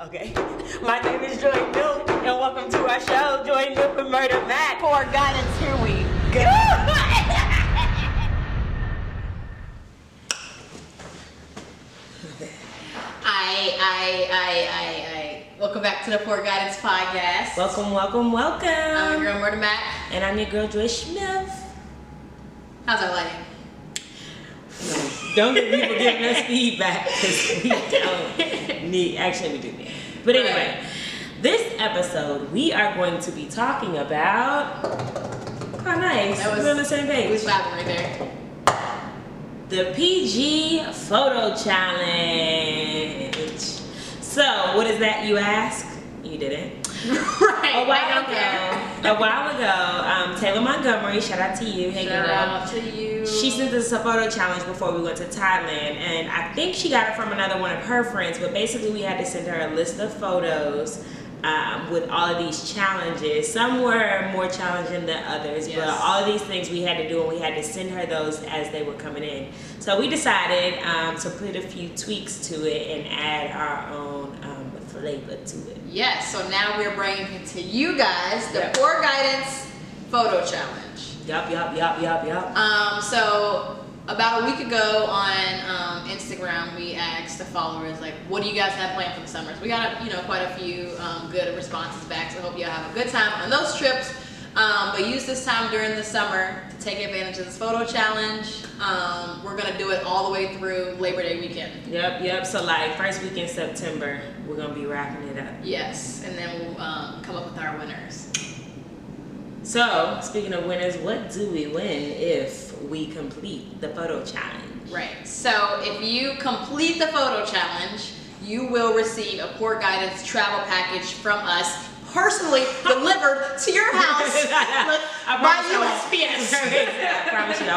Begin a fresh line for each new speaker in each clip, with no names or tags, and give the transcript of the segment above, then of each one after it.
Okay. My name is Joy Milk, and welcome to our show, Joy Milk and Murder Mac.
For guidance, here we go. I, I, I, I, I. Welcome back to the Poor Guidance Podcast.
Welcome, welcome, welcome.
I'm your girl, Murder Mac.
and I'm your girl, Joy Smith.
How's our lighting?
Don't get people giving us feedback because we don't need. Actually, we do need. But anyway, this episode we are going to be talking about. How nice!
That was-
We're on the same
It was
page.
vibing right there.
The PG photo challenge. So, what is that? You ask. You didn't.
right.
A
Oh, I
while
don't care.
ago, a while ago, um, Taylor Montgomery. Shout out to you. Hey,
Shout
girl.
out to you.
She sent us a photo challenge before we went to Thailand, and I think she got it from another one of her friends. But basically, we had to send her a list of photos um, with all of these challenges. Some were more challenging than others, but
Yes.
all of these things we had to do, and we had to send her those as they were coming in. So we decided um, to put a few tweaks to it and add our own um, flavor to it.
Yes, so now we're bringing it to you guys the
Yeah.
Poor Guidance Photo Challenge.
Yup, yup, yup, yup, yup.
Um, so about a week ago on um, Instagram, we asked the followers like, "What do you guys have planned for the summer?" So we got a, you know quite a few um, good responses back. So hope y'all have a good time on those trips. Um, but use this time during the summer to take advantage of this photo challenge. Um, we're gonna do it all the way through Labor Day weekend.
Yep, yep. So like first week in September, we're gonna be wrapping it up.
Yes, and then we'll um, come up with our winners.
So, speaking of winners, what do we win if we complete the photo challenge?
Right. So if you complete the photo challenge, you will receive a poor guidance travel package from us personally delivered to your house with- by
promise I won't.
USPS.
I promise you, I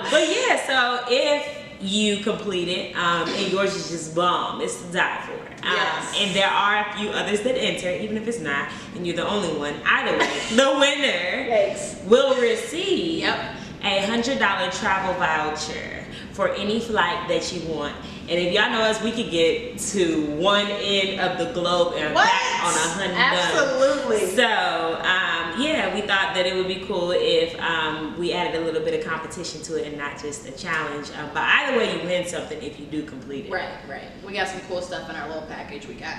will not be going. um, but yeah, so if you complete it, um, and yours is just bomb, it's to die for. Um,
Yes.
And there are a few others that enter, even if it's not, and you're the only one. Either way, the winner
Yikes.
will receive
Yep.
a hundred dollar travel voucher for any flight that you want. And if y'all know us, we could get to one end of the globe and
What?
back on a hundred.
Absolutely.
So um, yeah, we thought that it would be cool if um, we added a little bit of competition to it and not just a challenge. Um, but either way, you win something if you do complete it.
Right, right. We got some cool stuff in our little package. We got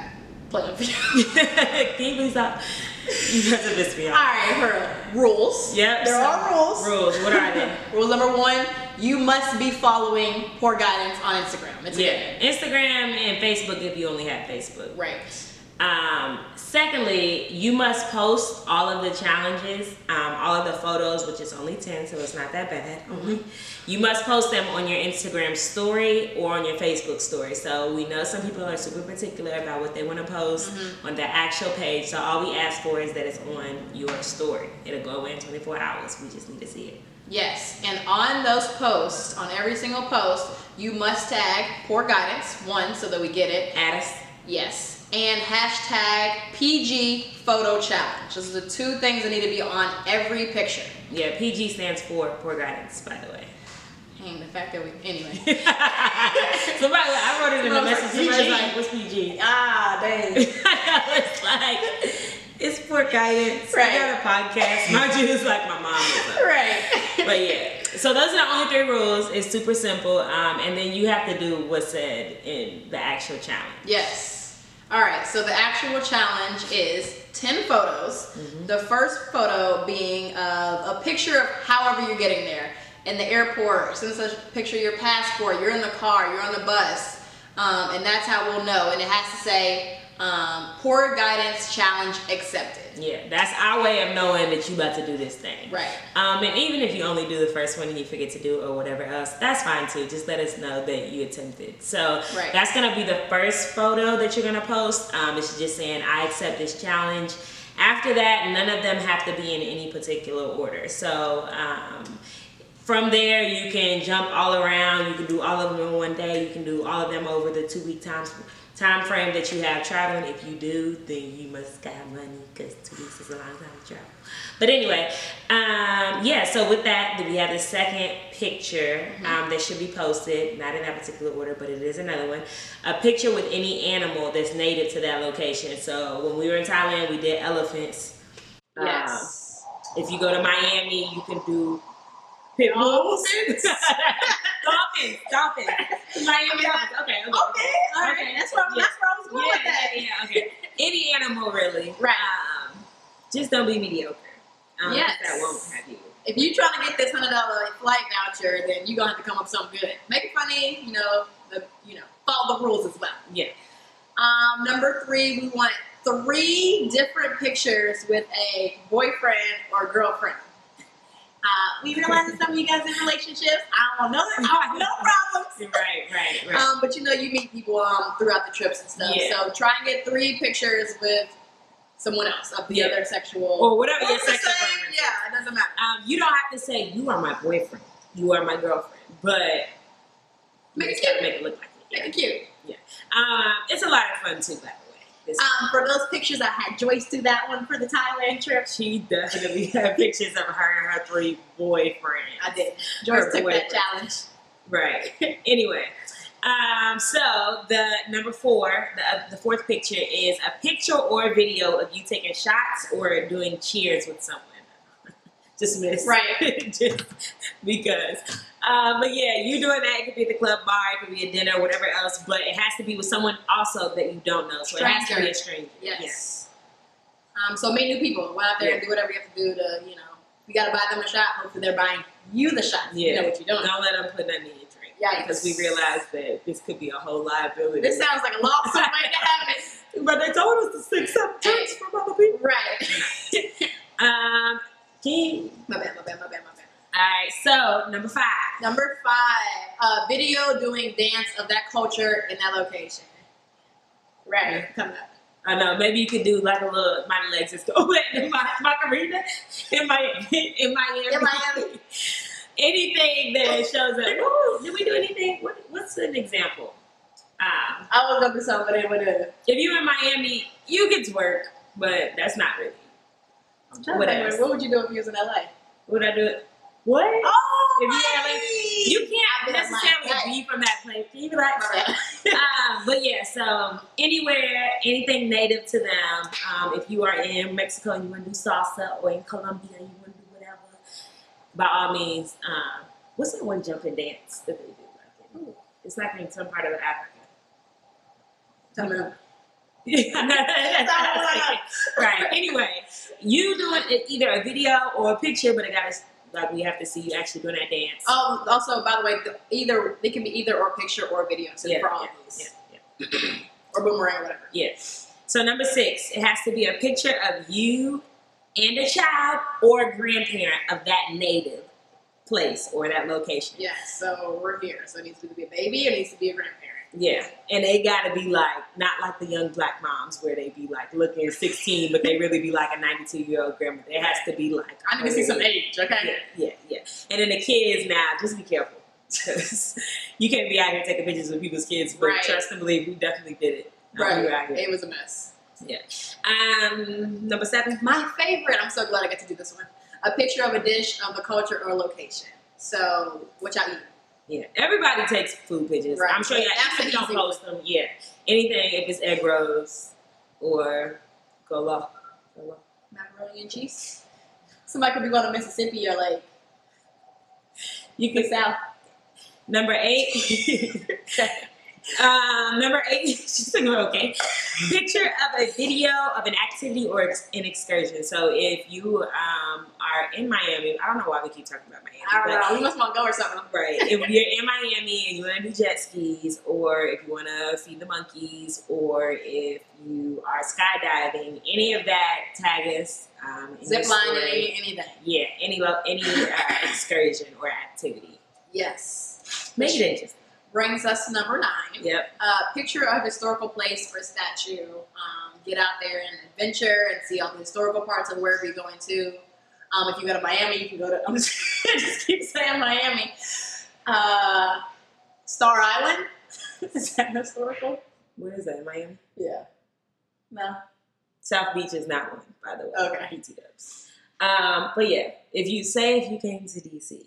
plenty of
Can you please stop? You guys have pissed me
All
off.
right, her rules.
Yep.
There
so-
are rules.
Rules. What are they?
Rule number one: you must be following poor guidance on Instagram. It's a
Yeah, Instagram and Facebook if you only have Facebook.
given. Right.
Um, secondly, you must post all of the challenges, um, all of the photos, which is only 10, so it's not that bad.
Mm-hmm.
Only. You must post them on your Instagram story or on your Facebook story. So we know some people are super particular about what they want to post
Mm-hmm.
on their actual page. So all we ask for is that it's on your story. It'll go away in 24 hours. We just need to see it.
Yes, and on those posts, on every single post, you must tag poor guidance one so that we get it.
Add us.
Yes, and hashtag PG photo challenge. Those are the two things that need to be on every picture.
Yeah, PG stands for poor guidance, by the way.
Dang, the fact that we anyway.
Somebody, I wrote it in a
Somebody was
message.
like,
Somebody's
PG.
like, what's PG?
ah, dang.
it's like, it's poor guidance.
Right.
I got a podcast. My dude is like my mom. is like-
right.
But yeah, so those are the only three rules. It's super simple. Um, and then you have to do what's said in the actual challenge.
Yes. All right. So the actual challenge is ten photos. The first photo being of a picture of however you're getting there in the airport. Send us a picture of your passport. You're in the car. You're on the bus. Um, and that's how we'll know. And it has to say um, poor guidance challenge accepted.
Yeah, that's our way of knowing that you about to do this thing.
Right.
Um, and even if you only do the first one and you forget to do it or whatever else, that's fine too. Just let us know that you attempted. So
Right.
that's gonna be the first photo that you're gonna post. Um, it's just saying I accept this challenge. After that, none of them have to be in any particular order. So um, From there, you can jump all around. You can do all of them in one day. You can do all of them over the two week time time frame that you have traveling. If you do, then you must got money because two weeks is a long time to travel. But anyway, um, yeah. So with that, we have the second picture
Mm-hmm.
um, that should be posted, not in that particular order, but it is another one. A picture with any animal that's native to that location. So when we were in Thailand, we did elephants. Um,
Yes.
if you go to Miami, you can do pit bulls.
Dolphins.
dolphins, dolphins. Miami dolphins. Okay, okay.
Okay, all right.
Okay.
That's where I'm,
Yeah.
that's where I was going with that.
Yeah, yeah, okay. Any animal, really.
Right.
Um, just don't be mediocre. Um, 'cause
Yes.
That won't have you.
If you're trying to get this hundred dollar flight voucher, then you're gonna have to come up with something good. Make it funny, you know. The, you know, follow the rules as well.
Yeah.
Um, number three, we want three different pictures with a boyfriend or girlfriend. Uh, we realize that some of you guys in relationships. I don't know. I don't want no problems.
Right, right, right.
Um, but you know, you meet people um, throughout the trips and stuff.
Yeah.
So try and get three pictures with someone else of the
Yeah.
other sexual.
or whatever your
It's the
sexual
same,
preference.
Yeah, it doesn't matter.
Um, you don't have to say you are my boyfriend, you are my girlfriend, but
Make
you
it
just gotta
cute.
make it look like it.
Make it cute.
Um, it's a lot of fun too, by the way. This-
Um, for those pictures, I had Joyce do that one for the Thailand trip.
she definitely had pictures of her and her three boyfriends.
I did.
Her
Joyce took that
boyfriend.
challenge.
Right. anyway, um, so the number four, the, the fourth picture is a picture or a video of you taking shots or doing cheers with someone. Just miss.
Right.
Just because. Um, but yeah, you doing that. It could be at the club bar, it could be a dinner, whatever else, but it has to be with someone also that you don't know. So it has to be a stranger. Yeah.
Yes. Um, so meet new people. Go out there and do whatever you have to do to, you know, you gotta buy them a shot. Hopefully they're buying you the shot. You know
Yeah.
what you're doing.
Don't let them put nothing in your drink.
Yikes.
Because we realized that this could be a whole liability.
This sounds like a lawsuit right to happen.
but they told us to stick some tips from other people.
Right.
Um, King.
My bad, my bad, my bad, my bad.
All right, so number five.
Number five, uh, video doing dance of that culture in that location. Right. Come up.
I know maybe you could do like a little my legs is going in my margarita in my in Miami.
In Miami.
Anything that shows up. Ooh, did we do anything? What, what's an example? Um,
I was up to something, but uh,
if you're in Miami, you get to work, but that's not really.
I'm trying
What
to
else?
think, what would you do if you was in LA?
Would I do it? What?
Oh,
If you had, like, You can't
I've been on my
necessarily be from that place. Can you be like, um, but yeah, so anywhere, anything native to them. Um, if you are in Mexico and you want to do salsa, or in Colombia you want to do whatever, by all means. Um, what's that one jumping dance that they do? Like in, it's like in some part of Africa.
Tell me.
right. Anyway, you doing it- either a video or a picture, but it got to like we have to see you actually doing that dance.
Um, also, by the way, the, either they can be either or picture or video. So
yeah,
for all
yeah,
of these,
yeah, yeah.
or boomerang, whatever.
Yes. So number six, it has to be a picture of you and a child or a grandparent of that native place or that location.
Yeah. So we're here. So it needs to be a baby. It needs to be a grandparent.
Yeah. And they gotta be like not like the young black moms where they be like looking sixteen, but they really be like a ninety-two year old grandma. It has to be like
I need to see some
Yeah,
age. Okay.
yeah, yeah. And then the kids now, just be careful. 'Cause you can't be out here taking pictures of people's kids, but
Right.
trust and believe we definitely did it. Um, we were out here.
It was a mess.
Um, number seven,
My favorite. I'm so glad I got to do this one. A picture of a dish of a culture or location. So what y'all eat?
Yeah, everybody takes food pictures.
Right.
I'm sure yeah,
That's
even if you don't
easy.
post them. Yeah, anything if it's egg rolls or golo. golo.
Macaroni and cheese. Somebody could be going to Mississippi or like
You
the
can
South.
number eight. um, number eight. She's thinking okay. Picture of a video of an activity or ex- an excursion. So if you um, are in Miami, I don't know why we keep talking about Miami.
I
but
don't know. We must want to go or something.
Right. If you're in Miami and you want to do jet skis, or if you want to feed the monkeys, or if you are skydiving, any of that, tag us. Um, in your
Zip
story.
lining, anything.
Yeah, any lo- any uh, excursion or activity.
Yes.
Make it interesting.
Brings us to number nine.
Yep.
uh, picture a historical place for a statue. Um, get out there and adventure and see all the historical parts of wherever you're going to. Um, if you go to Miami, you can go to. I'm just, I just keep saying Miami. Uh, Star Island. is that historical?
Where is that? Miami.
Yeah. No.
South Beach is not one, by the way.
Okay.
PT dubs. Um, but yeah, if you say if you came to DC,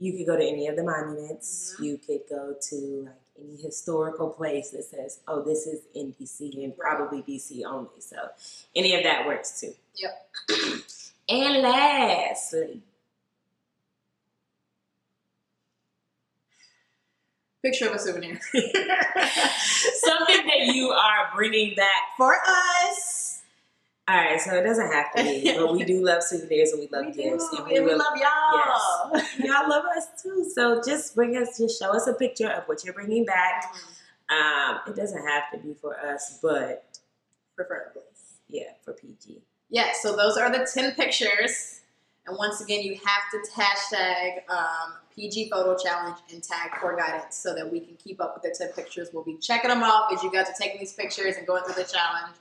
you could go to any of the monuments.
Mhm.
You could go to like any historical place that says, "Oh, this is in DC and probably DC only." So any of that works too. Yep. and lastly,
Picture of a souvenir.
something that you are bringing back for us. All right, so it doesn't have to be, but we do love souvenirs and we love
we
gifts,
do, and we,
will-
love y'all.
y'all love us too. So just bring us, just show us a picture of what you're bringing back. Um, it doesn't have to be for us, but
Preferably.
yeah, for PG.
Yeah, so those are the 10 pictures. And once again, you have to hashtag um, PG Photo Challenge and tag Core Guidance so that we can keep up with the 10 pictures. We'll be checking them off as you guys are taking these pictures and going through the challenge.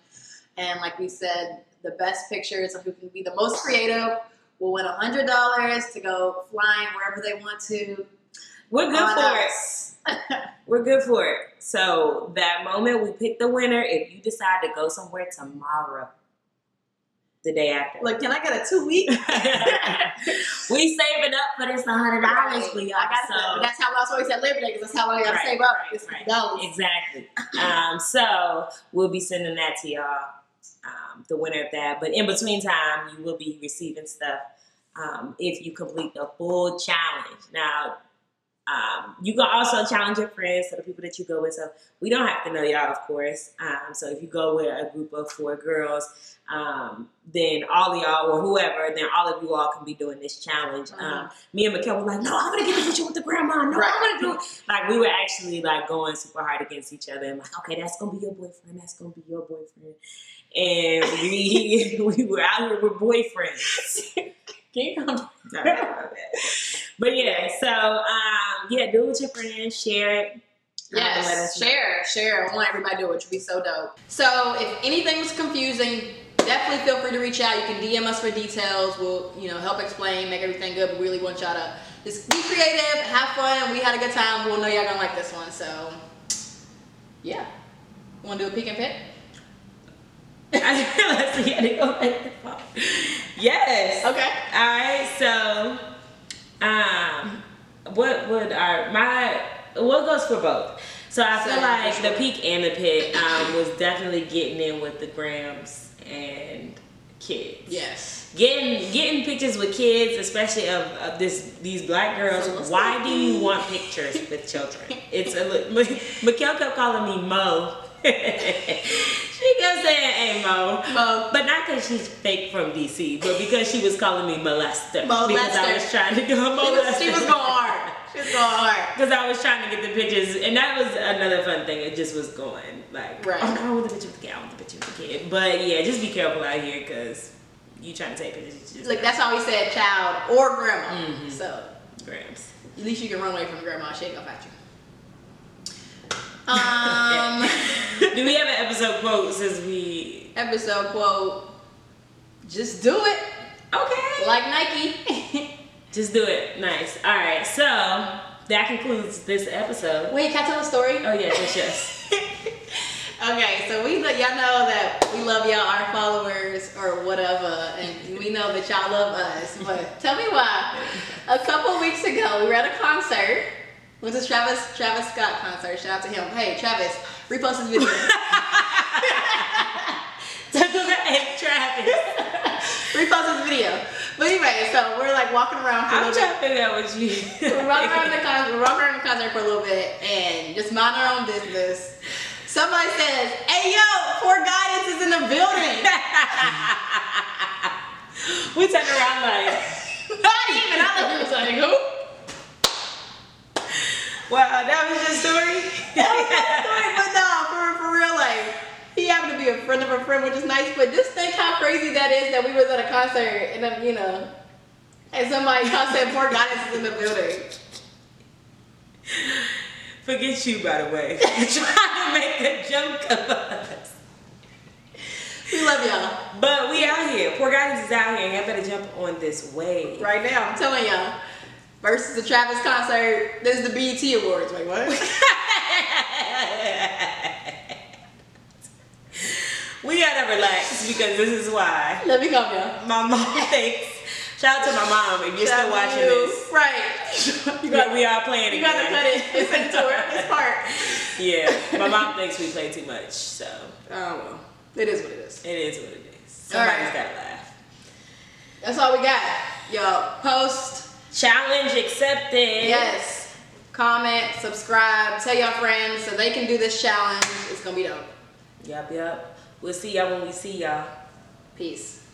And like we said, the best pictures of who can be the most creative will win $100 to go flying wherever they want to.
We're good
on
for it.
us.
We're good for it. So that moment we pick the winner, if you decide to go somewhere tomorrow, the day after.
Like, can I get a two week?
we saving up for this hundred dollars for y'all.
I gotta
so
save- That's how I was always at Labor Day because that's how I gotta
Right,
save up.
right,
It's
right.
dollars.
Exactly. Um, so we'll be sending that to y'all, um, the winner of that. But in between time, you will be receiving stuff um, if you complete the full challenge. Now, um, you can also challenge your friends, so the people that you go with. So we don't have to know y'all, of course. Um, so if you go with a group of four girls, um, then all of y'all or whoever, then all of you all can be doing this challenge. Um, me and Mikkel were like, no, I'm gonna get a picture with the grandma. No,
Right.
I'm gonna do it. Like we were actually like going super hard against each other and like, okay, that's gonna be your boyfriend. That's gonna be your boyfriend. And we we were out here with boyfriends.
Can you come
Sorry about that. But yeah, so um, yeah, do it with your friends, share it. Um, let
Yes,
us know.
share, share. I want everybody to do it, which would be so dope. So if anything was confusing, definitely feel free to reach out. You can DM us for details. We'll, you know, help explain, make everything good. But we really want y'all to just be creative, have fun. We had a good time. We'll know y'all gonna like this one. So yeah. Wanna do a peek and pick?
I didn't realize we had to go back to pop. Yes.
Okay.
All right. So, um, what would our my what goes for both? So I feel
So,
like
for
the
sure.
peak and the pit um, was definitely getting in with the grams and kids.
Yes.
Getting getting pictures with kids, especially of, of this these black girls.
So what's
Why
that
do you want pictures with children? It's a li- Mi- Mikkel kept calling me Mo. she kept saying, "Hey Mo."
Mo.
But not because she's fake from DC, but because she was calling me molester. Because I
Molester.
was trying to go
She was,
molester.
she was going hard. She was going hard.
Because I was trying to get the pictures, and that was another fun thing. It just was going like,
Right.
oh, no, I want the picture with the kid. I want the picture with the kid. But yeah, just be careful out here because you trying to take pictures. it's Just
Like that's how we said child or grandma. So
grams.
At least you can run away from grandma. She ain't gonna fight you. Um,
Do we have an episode quote? Since we
episode quote: Just do it,
okay,
like Nike.
just do it. Nice. All right. So that concludes this episode.
Wait, can I tell a story?
Oh yeah, yes, yes.
okay, so we let y'all know that we love y'all, our followers or whatever, and we know that y'all love us. But tell me why. A couple weeks ago, we were at a concert. Went to Travis Travis Scott concert. Shout out to him. Hey, Travis, repost this video.
Talk about Ed Travis.
repost this video. But anyway, so we're like walking around for a
I'm
little
trying
bit.
to figure out what you.
We're walking around the concert, we're walking around the concert for a little bit and just mind our own business. Somebody says, "Hey yo, poor guidance is in the building."
we turned around like.
Not even. I thought we was like, who?
Wow, that was your story.
That was my story, but no, for for real, like he happened to be a friend of a friend, which is nice. But just think how crazy that is that we was at a concert and um, you know, and somebody called said, "Poor guidance is in the building."
Forget you, by the way. Trying to make a joke of us.
We love y'all.
But we out here. Poor guys is is out here. Y'all better jump on this wave.
Right now, I'm telling y'all. Versus the Travis concert. This is the BET Awards. Wait, what?
We gotta relax because this is why
Let me come, y'all.
my mom thinks. Shout out to my mom if you're still
Shout out
watching
to you.
this.
Right. you
We,
gotta,
we are playing
you gotta
again.
cut it. It's in tour. It's part.
Yeah, my mom thinks we play too much, so
Oh, well. It is what it is.
it is what it is.
All right.
Somebody's gotta laugh.
That's all we got. Y'all, post.
Challenge accepted.
Yes. Comment, subscribe, tell your friends so they can do this challenge. It's gonna be dope.
Yup, yup. We'll see y'all when we see y'all.
Peace.